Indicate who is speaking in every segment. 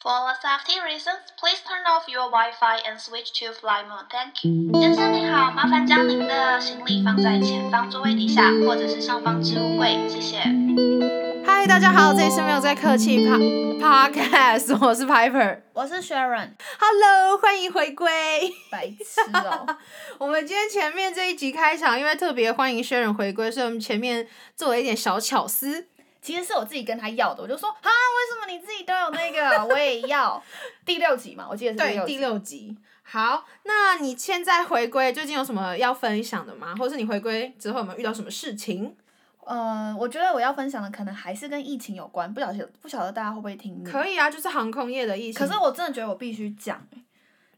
Speaker 1: For safety reasons, please turn off your Wi-Fi and switch to fly mode. Thank you. 先生您好，麻烦将您的行李放在前方座位底下或者是上方置物柜，谢谢。
Speaker 2: 嗨，大家好，这里是没有在客气 pa podcast，我 是 Piper。
Speaker 3: 我是 Sharon，
Speaker 2: Hello，欢迎回归。
Speaker 3: 白痴哦、
Speaker 2: 我们今天前面这一集开场，因为特别欢迎 Sharon 回归，所以我们前面做了一点小巧思。
Speaker 3: 其实是我自己跟他要的，我就说啊，为什么你自己都有那 个，我也要。第六集嘛，我记得是第六集。
Speaker 2: 第六集。好，那你现在回归，最近有什么要分享的吗？或是你回归之后有没有遇到什么事情？
Speaker 3: 呃，我觉得我要分享的可能还是跟疫情有关，不晓得不晓得大家会不会听腻。
Speaker 2: 可以啊，就是航空业的疫情，
Speaker 3: 嗯可是我真的觉得我必须讲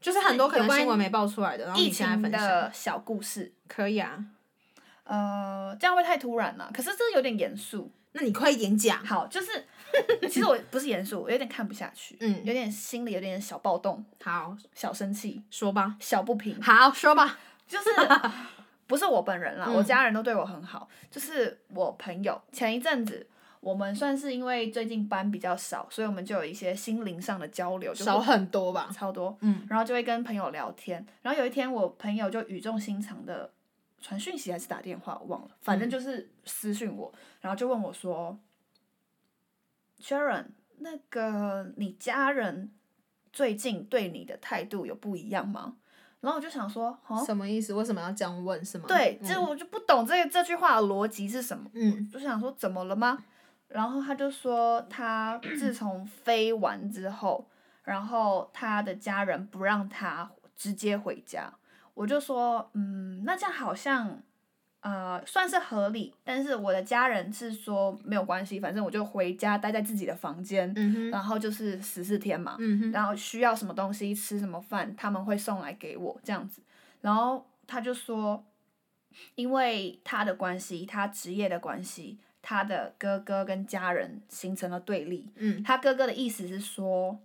Speaker 2: 就是很多可能
Speaker 3: 有关
Speaker 2: 新闻没爆出来的，然后
Speaker 3: 疫
Speaker 2: 你现在
Speaker 3: 情
Speaker 2: 分享
Speaker 3: 的，小故事。
Speaker 2: 可以啊。
Speaker 3: 呃，这样会不会太突然了、可是这有点严肃。
Speaker 2: 那你快一点讲。
Speaker 3: 好，就是 其实我不是严肃，我有点看不下去，
Speaker 2: 嗯
Speaker 3: 有点心里有点小暴动、
Speaker 2: 好，
Speaker 3: 小生气、
Speaker 2: 说吧。
Speaker 3: 小不平。
Speaker 2: 好，说吧。
Speaker 3: 就是不是我本人啦，
Speaker 2: 嗯
Speaker 3: 我家人都对我很好，就是我朋友前一阵子。我们算是因为最近班比较少，所以我们就有一些心灵上的交流，就
Speaker 2: 少
Speaker 3: 是
Speaker 2: 很多吧。
Speaker 3: 超多，
Speaker 2: 嗯，
Speaker 3: 然后就会跟朋友聊天。然后有一天，我朋友就语重心长的传讯息还是打电话，我忘了，反
Speaker 2: 嗯
Speaker 3: 正就是私讯我，然后就问我说：“Sharon，那个你家人最近对你的态度有不一样吗？”然后我就想说，哦，
Speaker 2: 什么意思？为什么要这样问？是吗？
Speaker 3: 对，
Speaker 2: 嗯
Speaker 3: 这我就不懂这个这句话的逻辑是什么，
Speaker 2: 嗯
Speaker 3: 就想说怎么了吗？然后他就说他自从飞完之后，然后他的家人不让他直接回家，我就说嗯，那这样好像呃算是合理，但是我的家人是说没有关系，反正我就回家待在自己的房间，
Speaker 2: 嗯哼
Speaker 3: 然后就是十四天嘛，
Speaker 2: 嗯哼，
Speaker 3: 然后需要什么东西、吃什么饭，他们会送来给我这样子。然后他就说，因为他的关系，他职业的关系，他的哥哥跟家人形成了对立。
Speaker 2: 嗯，
Speaker 3: 他哥哥的意思是说，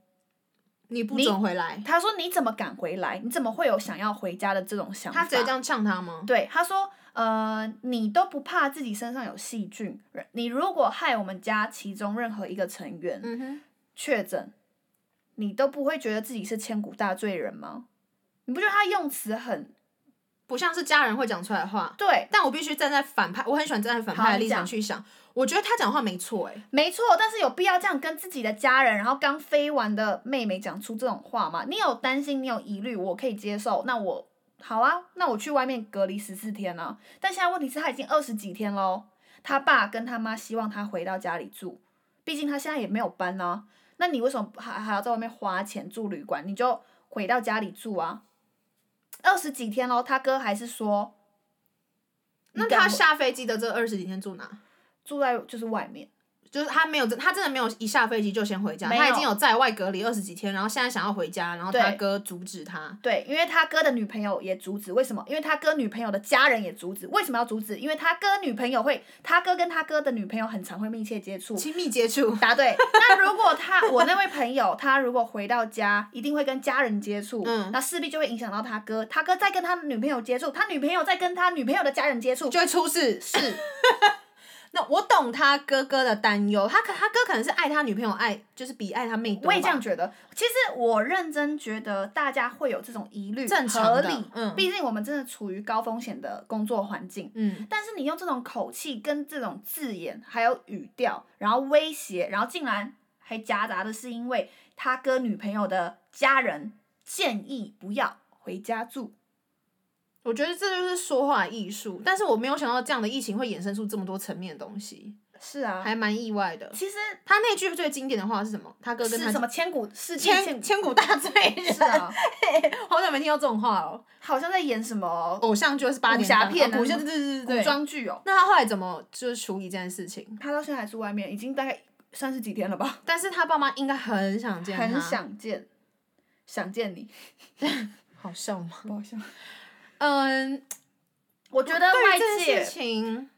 Speaker 2: 你不
Speaker 3: 你
Speaker 2: 准回来。
Speaker 3: 他说你怎么敢回来？你怎么会有想要回家的这种想法？
Speaker 2: 他直接这样呛他吗？
Speaker 3: 对，他说，呃，你都不怕自己身上有细菌，你如果害我们家其中任何一个成员，
Speaker 2: 嗯哼，
Speaker 3: 确诊，你都不会觉得自己是千古大罪人吗？你不觉得他用词很
Speaker 2: 不像是家人会讲出来的话。
Speaker 3: 对？
Speaker 2: 但我必须站在反派，我很喜欢站在反派的
Speaker 3: 好你
Speaker 2: 立场
Speaker 3: 讲
Speaker 2: 去想。我觉得他讲话没错，哎，
Speaker 3: 没错，但是有必要这样跟自己的家人，然后刚飞完的妹妹讲出这种话吗？你有担心，你有疑虑，我可以接受。那我好啊，那我去外面隔离十四天啊。但现在问题是，他已经二十几天喽。他爸跟他妈希望他回到家里住，毕竟他现在也没有搬啊。那你为什么还还要在外面花钱住旅馆？你就回到家里住啊。二十几天喽，他哥还是说
Speaker 2: 那
Speaker 3: 你敢
Speaker 2: 他
Speaker 3: 我
Speaker 2: 下飞机的这二十几天住哪？
Speaker 3: 住在就是外面。
Speaker 2: 就是他没有，他真的没有一下飞机就先回家，
Speaker 3: 没有
Speaker 2: 他已经有在外隔离二十几天，然后现在想要回家，然后他
Speaker 3: 对
Speaker 2: 哥阻止他，
Speaker 3: 对，因为他哥的女朋友也阻止，为什么？因为他哥女朋友的家人也阻止，为什么要阻止？因为他哥女朋友会，他哥跟他哥的女朋友很常会密切接触。
Speaker 2: 亲密接 触。
Speaker 3: 答对。那如果他我那位朋友，他如果回到家，一定会跟家人接触，
Speaker 2: 嗯
Speaker 3: 那势必就会影响到他哥，他哥再跟他女朋友接触，他女朋友再跟他女朋友的家人接触，
Speaker 2: 就会出事。是， 那我懂他哥哥的担忧，他可他哥可能是爱他女朋友爱，就是比爱他妹多吧。
Speaker 3: 我也这样觉得。其实我认真觉得大家会有这种疑虑，
Speaker 2: 正常
Speaker 3: 合
Speaker 2: 的
Speaker 3: 理，
Speaker 2: 嗯
Speaker 3: 毕竟我们真的处于高风险的工作环境，
Speaker 2: 嗯，
Speaker 3: 但是你用这种口气跟这种字眼，还有语调，然后威胁，然后竟然还夹杂的是因为他跟女朋友的家人建议不要回家住，
Speaker 2: 我觉得这就是说话艺术。但是我没有想到这样的疫情会衍生出这么多层面的东西，
Speaker 3: 是啊，
Speaker 2: 还蛮意外的。
Speaker 3: 其实
Speaker 2: 他那句最经典的话是什么？他哥跟他
Speaker 3: 是什么 千古世界
Speaker 2: 千千古大罪人，
Speaker 3: 是啊，
Speaker 2: 好久没听到这种话哦。
Speaker 3: 好像在演什么哦
Speaker 2: 偶像剧是八点
Speaker 3: 武侠
Speaker 2: 档
Speaker 3: 片
Speaker 2: 啊
Speaker 3: 啊
Speaker 2: 武侠
Speaker 3: 什
Speaker 2: 对
Speaker 3: 么
Speaker 2: 对
Speaker 3: 古
Speaker 2: 对对对。
Speaker 3: 装剧哦，
Speaker 2: 那他后来怎么就是处理这件事情？
Speaker 3: 他到现在还住外面，已经大概三十几天了吧，
Speaker 2: 但是他爸妈应该很想见他，
Speaker 3: 很想见，想见你，
Speaker 2: 好笑吗？
Speaker 3: 不好笑。
Speaker 2: 嗯，
Speaker 3: 我觉得
Speaker 2: 对于
Speaker 3: 外
Speaker 2: 这件
Speaker 3: 界
Speaker 2: 事情，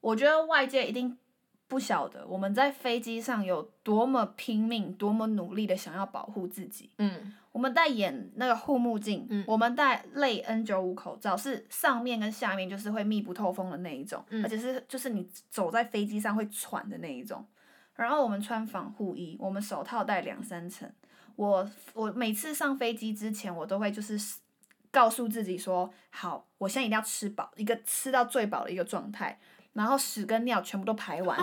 Speaker 3: 我觉得外界一定不晓得我们在飞机上有多么拼命、多么努力的想要保护自己。
Speaker 2: 嗯，
Speaker 3: 我们戴眼那个护目镜，
Speaker 2: 嗯
Speaker 3: 我们戴类 N 九五口罩，是上面跟下面就是会密不透风的那一种，
Speaker 2: 嗯
Speaker 3: 而且是就是你走在飞机上会喘的那一种。然后我们穿防护衣，我们手套戴两三层。我我每次上飞机之前，我都会就是告诉自己说，好，我现在一定要吃饱，一个吃到最饱的一个状态，然后屎跟尿全部都排 完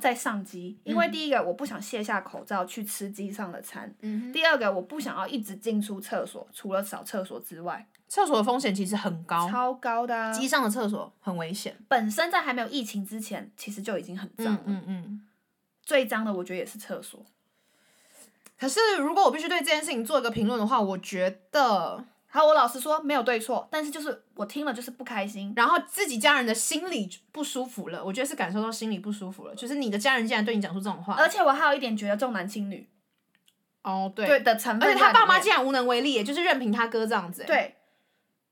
Speaker 3: 再上机。因
Speaker 2: 嗯
Speaker 3: 为第一个，我不想卸下口罩去吃机上的餐；
Speaker 2: 嗯哼，
Speaker 3: 第二个，我不想要一直进出厕所，除了扫厕所之外，
Speaker 2: 厕所的风险其实很高，
Speaker 3: 超高的、啊。
Speaker 2: 机上的厕所很危险。
Speaker 3: 本身在还没有疫情之前，其实就已经很脏了。
Speaker 2: 嗯嗯。
Speaker 3: 最脏的，我觉得也是厕所。
Speaker 2: 可是如果我必须对这件事情做一个评论的话，我觉得，
Speaker 3: 好，我老实说没有对错，但是就是我听了就是不开心。
Speaker 2: 然后自己家人的心里不舒服了，我觉得是感受到心里不舒服了，就是你的家人竟然对你讲出这种话。
Speaker 3: 而且我还有一点觉得重男轻女
Speaker 2: 哦，对
Speaker 3: 对的成分
Speaker 2: 而
Speaker 3: 在
Speaker 2: 且
Speaker 3: 里
Speaker 2: 他
Speaker 3: 面，
Speaker 2: 爸妈竟然无能为力耶，就是任凭他哥这样子。，
Speaker 3: 对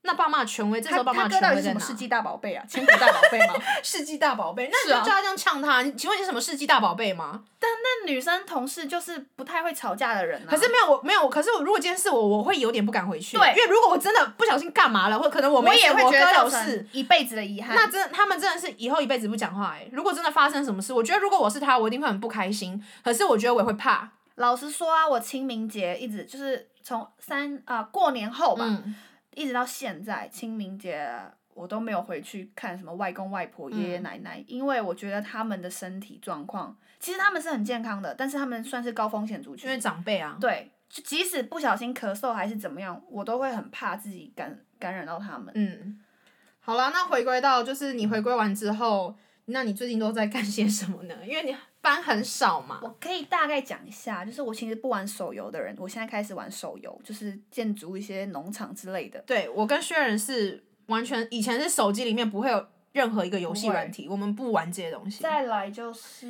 Speaker 2: 那爸妈的权威，这时
Speaker 3: 他
Speaker 2: 候爸妈
Speaker 3: 他
Speaker 2: 的
Speaker 3: 哥到
Speaker 2: 权
Speaker 3: 底
Speaker 2: 威
Speaker 3: 是
Speaker 2: 在哪
Speaker 3: 什么？世纪大宝贝啊，千古大宝贝吗？
Speaker 2: 世纪大宝贝，那你
Speaker 3: 是
Speaker 2: 就
Speaker 3: 啊
Speaker 2: 叫他这样呛他？你请问你是什么世纪大宝贝吗？
Speaker 3: 那女生同事就是不太会吵架的人、啊，
Speaker 2: 可是没有，我没有，可是我如果今天是我，我会有点不敢回去。
Speaker 3: 对
Speaker 2: 因为如果我真的不小心干嘛了，或可能我
Speaker 3: 我
Speaker 2: 没事
Speaker 3: 也会觉
Speaker 2: 我哥
Speaker 3: 得造
Speaker 2: 有
Speaker 3: 成
Speaker 2: 事，
Speaker 3: 一辈子的遗憾。
Speaker 2: 那真的他们真的是以后一辈子不讲话哎、如果真的发生什么事，我觉得如果我是他，我一定会很不开心。可是我觉得我也会怕。
Speaker 3: 老实说啊，我清明节一直就是从三啊、过年后吧，
Speaker 2: 嗯，
Speaker 3: 一直到现在清明节。我都没有回去看什么外公外婆、爷爷
Speaker 2: 嗯
Speaker 3: 奶奶，因为我觉得他们的身体状况，其实他们是很健康的，但是他们算是高风险族群
Speaker 2: 因，为长辈啊，
Speaker 3: 对，就即使不小心咳嗽还是怎么样，我都会很怕自己感感染到他们。
Speaker 2: 嗯，好啦，那回归到就是你回归完之后，那你最近都在干些什么呢？因为你班很少嘛
Speaker 3: 我，可以大概讲一下，就是我其实不玩手游的人，我现在开始玩手游，就是建筑一些农场之类的。
Speaker 2: 对我跟薛仁是完全以前是手机里面不会有任何一个游戏
Speaker 3: 不会
Speaker 2: 软体，我们不玩这些东西。
Speaker 3: 再来就是，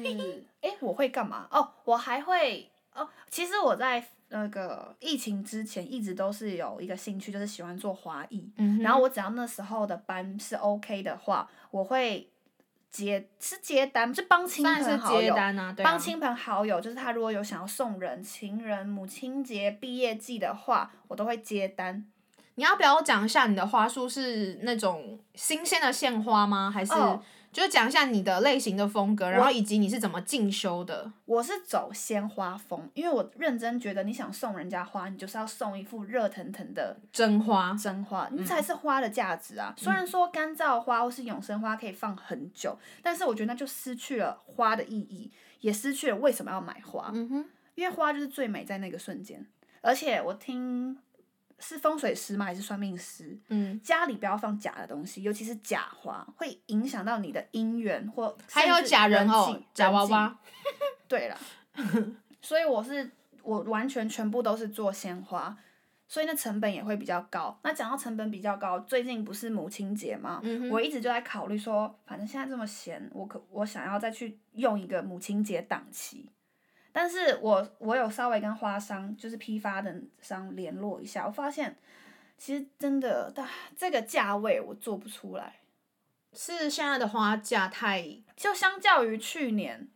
Speaker 3: 哎、我会干嘛？哦，我还会哦。其实我在那个疫情之前一直都是有一个兴趣，就是喜欢做花艺。
Speaker 2: 嗯哼
Speaker 3: 然后我只要那时候的班是 OK 的话，我会接是接单，是帮亲
Speaker 2: 当然
Speaker 3: 朋
Speaker 2: 是
Speaker 3: 好
Speaker 2: 接
Speaker 3: 友。
Speaker 2: 单啊，对啊
Speaker 3: 帮亲朋好友，就是他如果有想要送人、情人、母亲节、毕业季的话，我都会接单。
Speaker 2: 你要不要讲一下你的花束是那种新鲜的现花吗？还是、
Speaker 3: 哦
Speaker 2: 就是讲一下你的类型的风格，然后以及你是怎么进修的？
Speaker 3: 我是走鲜花风，因为我认真觉得你想送人家花，你就是要送一副热腾腾的
Speaker 2: 真花，
Speaker 3: 真花，
Speaker 2: 嗯
Speaker 3: 你才是花的价值啊。虽然说干燥花或是永生花可以放很久，但是我觉得那就失去了花的意义，也失去了为什么要买花。
Speaker 2: 嗯哼，
Speaker 3: 因为花就是最美在那个瞬间。而且我听是风水师吗？还是算命师？
Speaker 2: 嗯，
Speaker 3: 家里不要放假的东西，尤其是假花，会影响到你的姻缘或
Speaker 2: 还有
Speaker 3: 甚至
Speaker 2: 假人
Speaker 3: 际
Speaker 2: 偶、假
Speaker 3: 人
Speaker 2: 娃
Speaker 3: 际
Speaker 2: 娃，
Speaker 3: 对了，所以我是我完全全部都是做鲜花，所以那成本也会比较高。那讲到成本比较高，最近不是母亲节吗？
Speaker 2: 嗯哼
Speaker 3: 我一直就在考虑说，反正现在这么闲，我可我想要再去用一个母亲节档期。但是我我有稍微跟花商，就是批发的商联络一下，我发现其实真的，但这个价位我做不出来。
Speaker 2: 是现在的花价太
Speaker 3: 就相较于去年，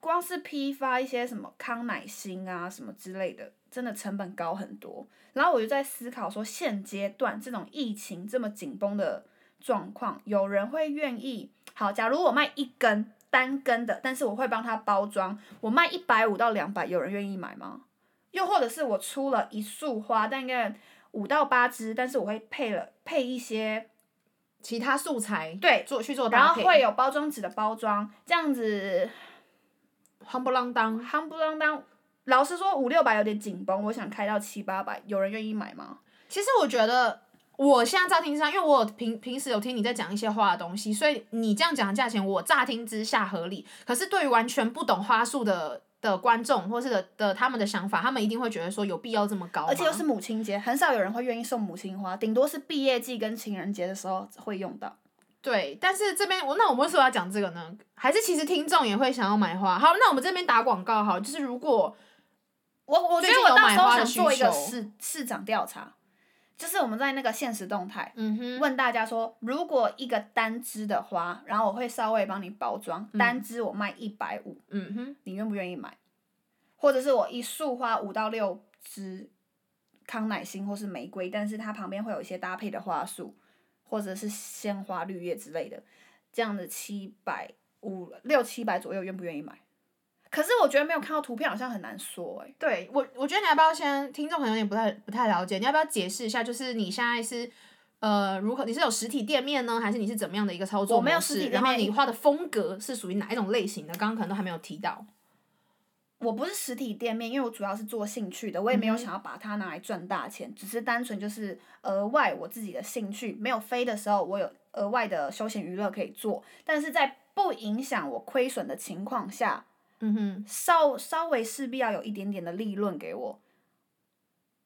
Speaker 3: 光是批发一些什么康乃馨啊什么之类的，真的成本高很多。然后我就在思考说，现阶段这种疫情这么紧绷的状况，有人会愿意好？假如我卖一根单根的，但是我会帮他包装，我卖一百五到两百，有人愿意买吗？又或者是我出了一束花，大概五到八支，但是我会配了配一些
Speaker 2: 其他素材
Speaker 3: 对
Speaker 2: 做去做
Speaker 3: 然
Speaker 2: 搭
Speaker 3: 后
Speaker 2: 配，
Speaker 3: 会有包装纸的包装，这样子
Speaker 2: 夯不啷当，
Speaker 3: 夯不啷当。老实说，五六百有点紧绷，我想开到七八百，有人愿意买吗？
Speaker 2: 其实我觉得，我现在乍听之下，因为我有平平时有听你在讲一些花的东西，所以你这样讲的价钱，我乍听之下合理。可是对于完全不懂花束的的观众，或是的的他们的想法，他们一定会觉得说有必要这么高吗
Speaker 3: 而且又是母亲节，很少有人会愿意送母亲花，顶多是毕业季跟情人节的时候会用到。
Speaker 2: 对，但是这边我那我们为什么要讲这个呢？还是其实听众也会想要买花？好，那我们这边打广告好，就是如果
Speaker 3: 我我觉
Speaker 2: 最
Speaker 3: 得
Speaker 2: 近
Speaker 3: 我
Speaker 2: 有
Speaker 3: 到
Speaker 2: 买
Speaker 3: 时候
Speaker 2: 花的
Speaker 3: 想做一
Speaker 2: 需
Speaker 3: 个
Speaker 2: 求
Speaker 3: 市市场调查，就是我们在那个现实动态
Speaker 2: 嗯哼，
Speaker 3: 问大家说，如果一个单支的花，然后我会稍微帮你包装，单支我卖一百五，
Speaker 2: 嗯哼，
Speaker 3: 你愿不愿意买？或者是我一束花五到六支康乃馨或是玫瑰，但是它旁边会有一些搭配的花束，或者是鲜花、绿叶之类的，这样的七百五六七百左右，愿不愿意买？可是我觉得没有看到图片好像很难说哎、
Speaker 2: 对我，我觉得你要不要先，听众可能有点不太不太了解，你要不要解释一下，就是你现在是呃如何，你是有实体店面呢，还是你是怎么样的一个操作
Speaker 3: 我没有
Speaker 2: 模
Speaker 3: 实体
Speaker 2: 式？
Speaker 3: 店
Speaker 2: 然后
Speaker 3: 面
Speaker 2: 你画的风格是属于哪一种类型的？刚刚可能都还没有提到。
Speaker 3: 我不是实体店面，因为我主要是做兴趣的，我也没有
Speaker 2: 嗯哼
Speaker 3: 想要把它拿来赚大钱，只是单纯就是额外我自己的兴趣。没有飞的时候，我有额外的休闲娱乐可以做，但是在不影响我亏损的情况下，
Speaker 2: 嗯哼，
Speaker 3: 稍稍微势必要有一点点的利润给我。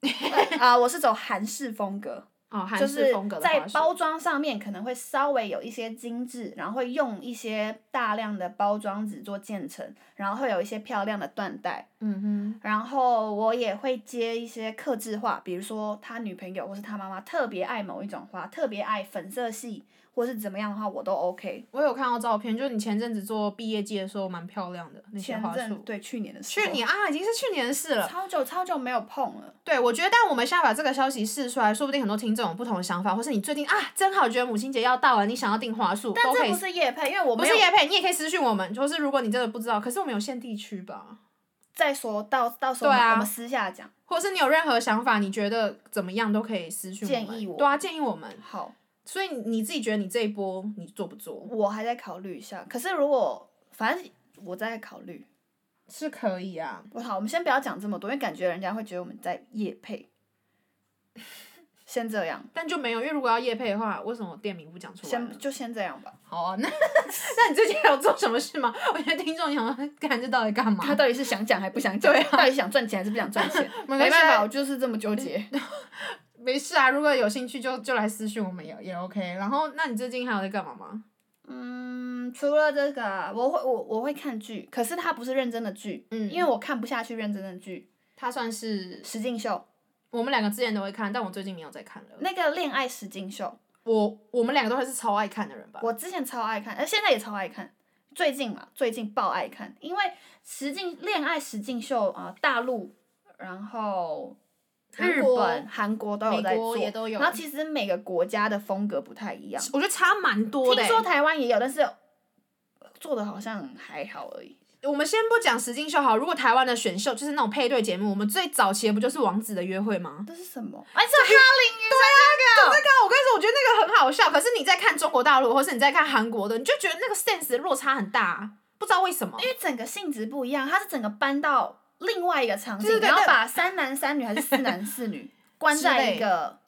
Speaker 3: 呃啊、我是走韩式风格，
Speaker 2: 哦， 韩
Speaker 3: 就是
Speaker 2: 式风格的
Speaker 3: 在
Speaker 2: 花束
Speaker 3: 包装上面可能会稍微有一些精致，然后会用一些大量的包装纸做建成，然后会有一些漂亮的缎带，
Speaker 2: 嗯哼，
Speaker 3: 然后我也会接一些克制化，比如说他女朋友或是他妈妈特别爱某一种花，特别爱粉色系或是怎么样的话，我都 OK。
Speaker 2: 我有看到照片，就是你前阵子做毕业季的时候，蛮漂亮的那些
Speaker 3: 前
Speaker 2: 花束
Speaker 3: 阵。对去年的时候，
Speaker 2: 去年啊，已经是去年的事了。
Speaker 3: 超久超久没有碰了。
Speaker 2: 对，我觉得，但我们现在把这个消息释出来，说不定很多听众有不同的想法，或是你最近啊，正好觉得母亲节要到了，你想要订花束，
Speaker 3: 但
Speaker 2: 都可
Speaker 3: 这
Speaker 2: 以
Speaker 3: 不是夜配，因为我
Speaker 2: 不
Speaker 3: 没
Speaker 2: 是
Speaker 3: 有
Speaker 2: 叶配，你也可以私讯我们，就是如果你真的不知道，可是我们有限地区吧，
Speaker 3: 再说到到时候我
Speaker 2: 对
Speaker 3: 们,、
Speaker 2: 啊
Speaker 3: 我们私下讲。
Speaker 2: 或者是你有任何想法，你觉得怎么样都可以私讯我们，
Speaker 3: 建议我
Speaker 2: 对啊，建议我们。
Speaker 3: 好，
Speaker 2: 所以你自己觉得你这一波你做不做
Speaker 3: 我还在考虑一下。可是如果反正我在考虑，
Speaker 2: 是可以啊，
Speaker 3: 我好，我们先不要讲这么多，因为感觉人家会觉得我们在夜配。先这样，
Speaker 2: 但就没有，因为如果要叶配的话，为什么店名不讲出来呢？
Speaker 3: 先就先这样吧。
Speaker 2: 好啊，那 那你最近还有做什么事吗？我觉得听众想说，看这到底干嘛
Speaker 3: 他？到底是想讲还不想讲？
Speaker 2: 对啊
Speaker 3: 到底想赚钱还是不想赚钱？
Speaker 2: 没
Speaker 3: 没
Speaker 2: 关系啊
Speaker 3: 办法，我就是这么纠结。
Speaker 2: 没事啊，如果有兴趣就就来私讯我们也也 OK。然后，那你最近还有在干嘛吗？
Speaker 3: 嗯，除了这个，我会我我会看剧，可是它不是认真的剧，
Speaker 2: 嗯
Speaker 3: 因为我看不下去认真的剧。
Speaker 2: 他算是
Speaker 3: 石进秀
Speaker 2: 我们两个之前都会看，但我最近没有在看了。
Speaker 3: 那个恋爱石进秀，
Speaker 2: 我我们两个都还是超爱看的人吧？
Speaker 3: 我之前超爱看，呃，现在也超爱看。最近嘛，最近爆爱看，因为实境恋爱实境秀啊、呃大陆，然后
Speaker 2: 韩
Speaker 3: 日
Speaker 2: 国
Speaker 3: 本、韩国都有在
Speaker 2: 美国
Speaker 3: 做，
Speaker 2: 也都有
Speaker 3: 然后其实每个国家的风格不太一样，
Speaker 2: 我觉得差蛮多的
Speaker 3: 听
Speaker 2: 欸、
Speaker 3: 说台湾也有，但是呃做的好像还好而已。
Speaker 2: 我们先不讲实境秀好，如果台湾的选秀就是那种配对节目，我们最早期的不就是《王子的约会》吗？
Speaker 3: 这是什么？哎、这
Speaker 2: 对啊，那个我跟你说，我觉得那个很好笑。可是你在看中国大陆，或是你在看韩国的，你就觉得那个 sense 的落差很大啊、不知道为什么。
Speaker 3: 因为整个性质不一样，它是整个搬到另外一个场景，
Speaker 2: 对对对
Speaker 3: 然后把三男三女还是四男 四女关在一个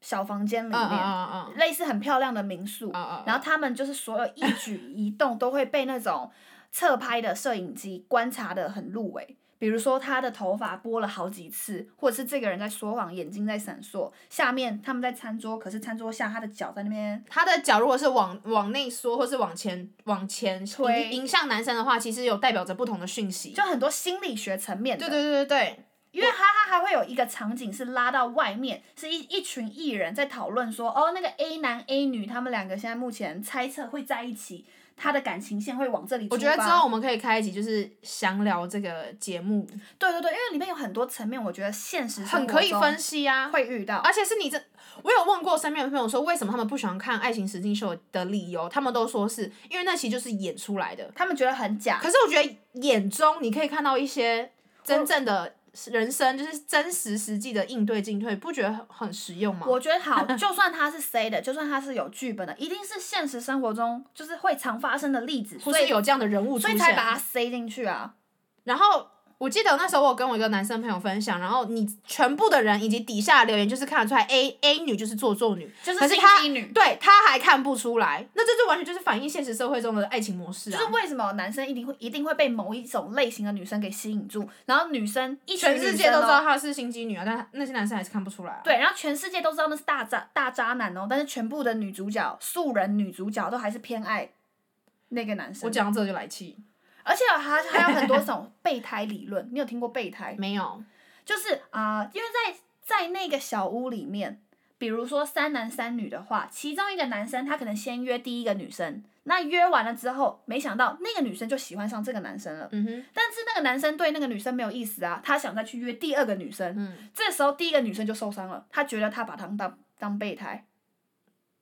Speaker 3: 小房间里
Speaker 2: 嗯
Speaker 3: 面，
Speaker 2: 嗯嗯嗯
Speaker 3: 类似很漂亮的民宿，
Speaker 2: 嗯嗯，
Speaker 3: 然后他们就是所有一举一动都会被那种侧拍的摄影机观察的很入微。比如说他的头发拨了好几次，或者是这个人在说谎，眼睛在闪烁。下面他们在餐桌，可是餐桌下他的脚在那边，
Speaker 2: 他的脚如果是往往内缩，或是往前往前
Speaker 3: 推
Speaker 2: 迎迎向男生的话，其实有代表着不同的讯息。
Speaker 3: 就很多心理学层面的。
Speaker 2: 对对对对对，
Speaker 3: 因为哈哈还会有一个场景是拉到外面，是一一群艺人在讨论说，哦，那个 A 男 A 女他们两个现在目前猜测会在一起，他的感情线会往这里出
Speaker 2: 我
Speaker 3: 发。
Speaker 2: 觉得之后我们可以开一集，就是详聊这个节目，
Speaker 3: 对对对，因为里面有很多层面，我觉得现实生
Speaker 2: 很
Speaker 3: 活
Speaker 2: 可以
Speaker 3: 中
Speaker 2: 分析啊。
Speaker 3: 会遇到。
Speaker 2: 而且是你这，我有问过身边的朋友说，为什么他们不喜欢看爱情实境秀的理由，他们都说是因为那其实就是演出来的。
Speaker 3: 他们觉得很假，
Speaker 2: 可是我觉得眼中你可以看到一些真正的人生，就是真实实际的应对进退，不觉得很很实用吗？
Speaker 3: 我觉得好，就算他是 C 的，就算他是有剧本的，一定是现实生活中就是会常发生的例子，
Speaker 2: 不
Speaker 3: 所
Speaker 2: 是
Speaker 3: 以
Speaker 2: 有这样的人物出
Speaker 3: 所
Speaker 2: 现，
Speaker 3: 以才把它塞进去啊。
Speaker 2: 然后我记得那时候我跟我一个男生朋友分享，然后你全部的人以及底下的留言就是看得出来，A A 女就是做作女，
Speaker 3: 就是
Speaker 2: 可是
Speaker 3: 心
Speaker 2: 她
Speaker 3: 机女
Speaker 2: 对她还看不出来，那这就完全就是反映现实社会中的爱情模式啊，
Speaker 3: 就是为什么男生一定会一定会被某一种类型的女生给吸引住，然后女生一群
Speaker 2: 全世界
Speaker 3: 女
Speaker 2: 都
Speaker 3: 生
Speaker 2: 知
Speaker 3: 哦
Speaker 2: 道她是心机女啊，但那些男生还是看不出来、啊。，
Speaker 3: 对，然后全世界都知道那是大渣大渣男哦，但是全部的女主角素人女主角都还是偏爱那个男生。
Speaker 2: 我讲到这就来气，
Speaker 3: 而且还还有很多种备胎理论，你有听过备胎？
Speaker 2: 没有，
Speaker 3: 就是啊、呃因为在在那个小屋里面，比如说三男三女的话，其中一个男生他可能先约第一个女生，那约完了之后，没想到那个女生就喜欢上这个男生了。
Speaker 2: 嗯哼，
Speaker 3: 但是那个男生对那个女生没有意思啊，他想再去约第二个女生。
Speaker 2: 嗯，
Speaker 3: 这时候第一个女生就受伤了，她觉得他把她当当备胎。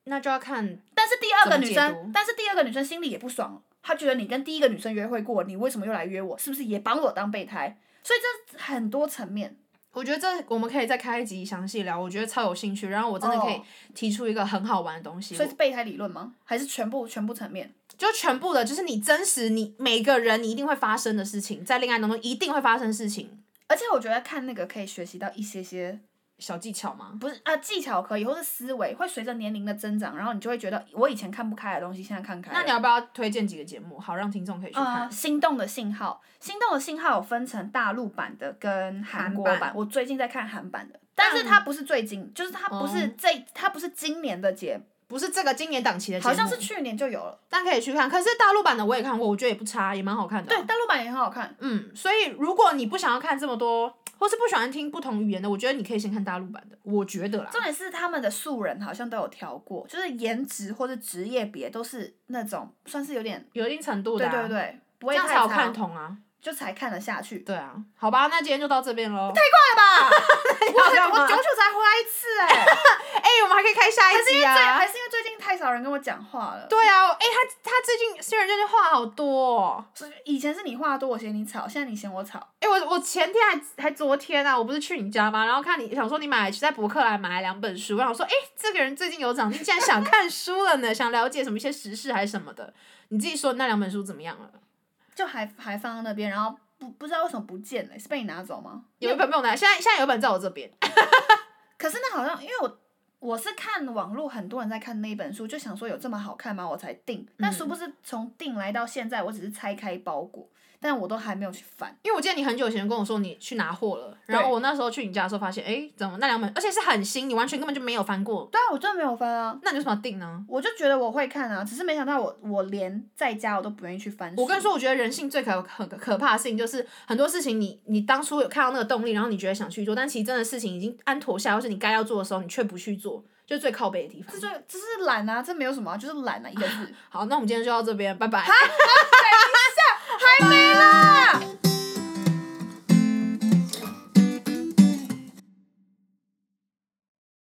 Speaker 2: 那就要看
Speaker 3: 但是第二个女
Speaker 2: 怎么解读
Speaker 3: 生，但是第二个女生心里也不爽，他觉得你跟第一个女生约会过，你为什么又来约我？是不是也把我当备胎？所以这很多层面。
Speaker 2: 我觉得这我们可以再开一集详细聊，我觉得超有兴趣。然后我真的可以
Speaker 3: 哦
Speaker 2: 提出一个很好玩的东西，
Speaker 3: 所以
Speaker 2: 我
Speaker 3: 是备胎理论吗？还是全部全部层面？
Speaker 2: 就全部的，就是你真实你每个人你一定会发生的事情，在恋爱当中一定会发生的事情，
Speaker 3: 而且我觉得看那个可以学习到一些些，
Speaker 2: 小技巧吗？
Speaker 3: 不是啊技巧可以，或是思维会随着年龄的增长，然后你就会觉得我以前看不开的东西，现在看开了。
Speaker 2: 那你要不要推荐几个节目，好让听众可以去看？
Speaker 3: 呃，心动的信号，心动的信号有分成大陆版的跟韩国版。
Speaker 2: 韩版
Speaker 3: 我最近在看韩版的，但是它不是最近，就是它不是
Speaker 2: 哦
Speaker 3: 这，它不是今年的节，
Speaker 2: 不是这个今年档期的节目，
Speaker 3: 好像是去年就有了。
Speaker 2: 但可以去看。可是大陆版的我也看过，我觉得也不差，也蛮好看的。啊
Speaker 3: 对，，大啊陆版也很好看。
Speaker 2: 嗯，所以如果你不想要看这么多，或是不喜欢听不同语言的，我觉得你可以先看大陆版的，我觉得啦
Speaker 3: 重。点是他们的素人好像都有调过，就是颜值或者职业别都是那种算是有点，
Speaker 2: 有一定程度的、
Speaker 3: 对
Speaker 2: 啊，
Speaker 3: 对对，不
Speaker 2: 这
Speaker 3: 会
Speaker 2: 样
Speaker 3: 太
Speaker 2: 才好
Speaker 3: 差
Speaker 2: 看懂啊。
Speaker 3: 就才看得下去。
Speaker 2: 对啊，好吧，那今天就到这边喽。
Speaker 3: 我
Speaker 2: 好像吗
Speaker 3: 我久久才回来一次 哎、
Speaker 2: 哎、我们还可以开下一
Speaker 3: 还是
Speaker 2: 集
Speaker 3: 因为最
Speaker 2: 啊
Speaker 3: 还。是因为最近太少人跟我讲话了。
Speaker 2: 对啊，哎、他他最近虽然这句话好多、哦，
Speaker 3: 所以以前是你话多，我嫌你吵，现在你嫌我吵。
Speaker 2: 哎、我我前天还还昨天啊，我不是去你家吗？然后看你想说你买在博客来买了两本书，然后我说哎、这个人最近有长进，竟然想看书了呢，想了解什么一些时事还是什么的。你自己说那两本书怎么样了？
Speaker 3: 就还还放在那边，然后不不知道为什么不见了，是被你拿走吗？
Speaker 2: 有一本被我拿，现在现在有一本在我这边。
Speaker 3: 可是那好像因为我我是看网络很多人在看那一本书，就想说有这么好看吗？我才订。但殊不知从订来到现在，我只是拆开包裹，但我都还没有去翻。
Speaker 2: 因为我记得你很久以前跟我说你去拿货了，然
Speaker 3: 对
Speaker 2: 后我那时候去你家的时候发现，哎，怎么那两本，而且是很新，你完全根本就没有翻过，
Speaker 3: 对啊，我真的没有翻啊。
Speaker 2: 那你为什么要订呢？
Speaker 3: 我就觉得我会看啊，只是没想到我我连在家我都不愿意去翻书。
Speaker 2: 我跟你说，我觉得人性最可可可怕的事情就是很多事情你，你当初有看到那个动力，然后你觉得想去做，但其实真的事情已经安妥下，或是你该要做的时候，你却不去做，就是最靠背的地方
Speaker 3: 这。就这是懒啊，这没有什么啊、就是 懒啊一个字。
Speaker 2: 好，那我们今天就到这边，拜拜。
Speaker 3: 还没啦。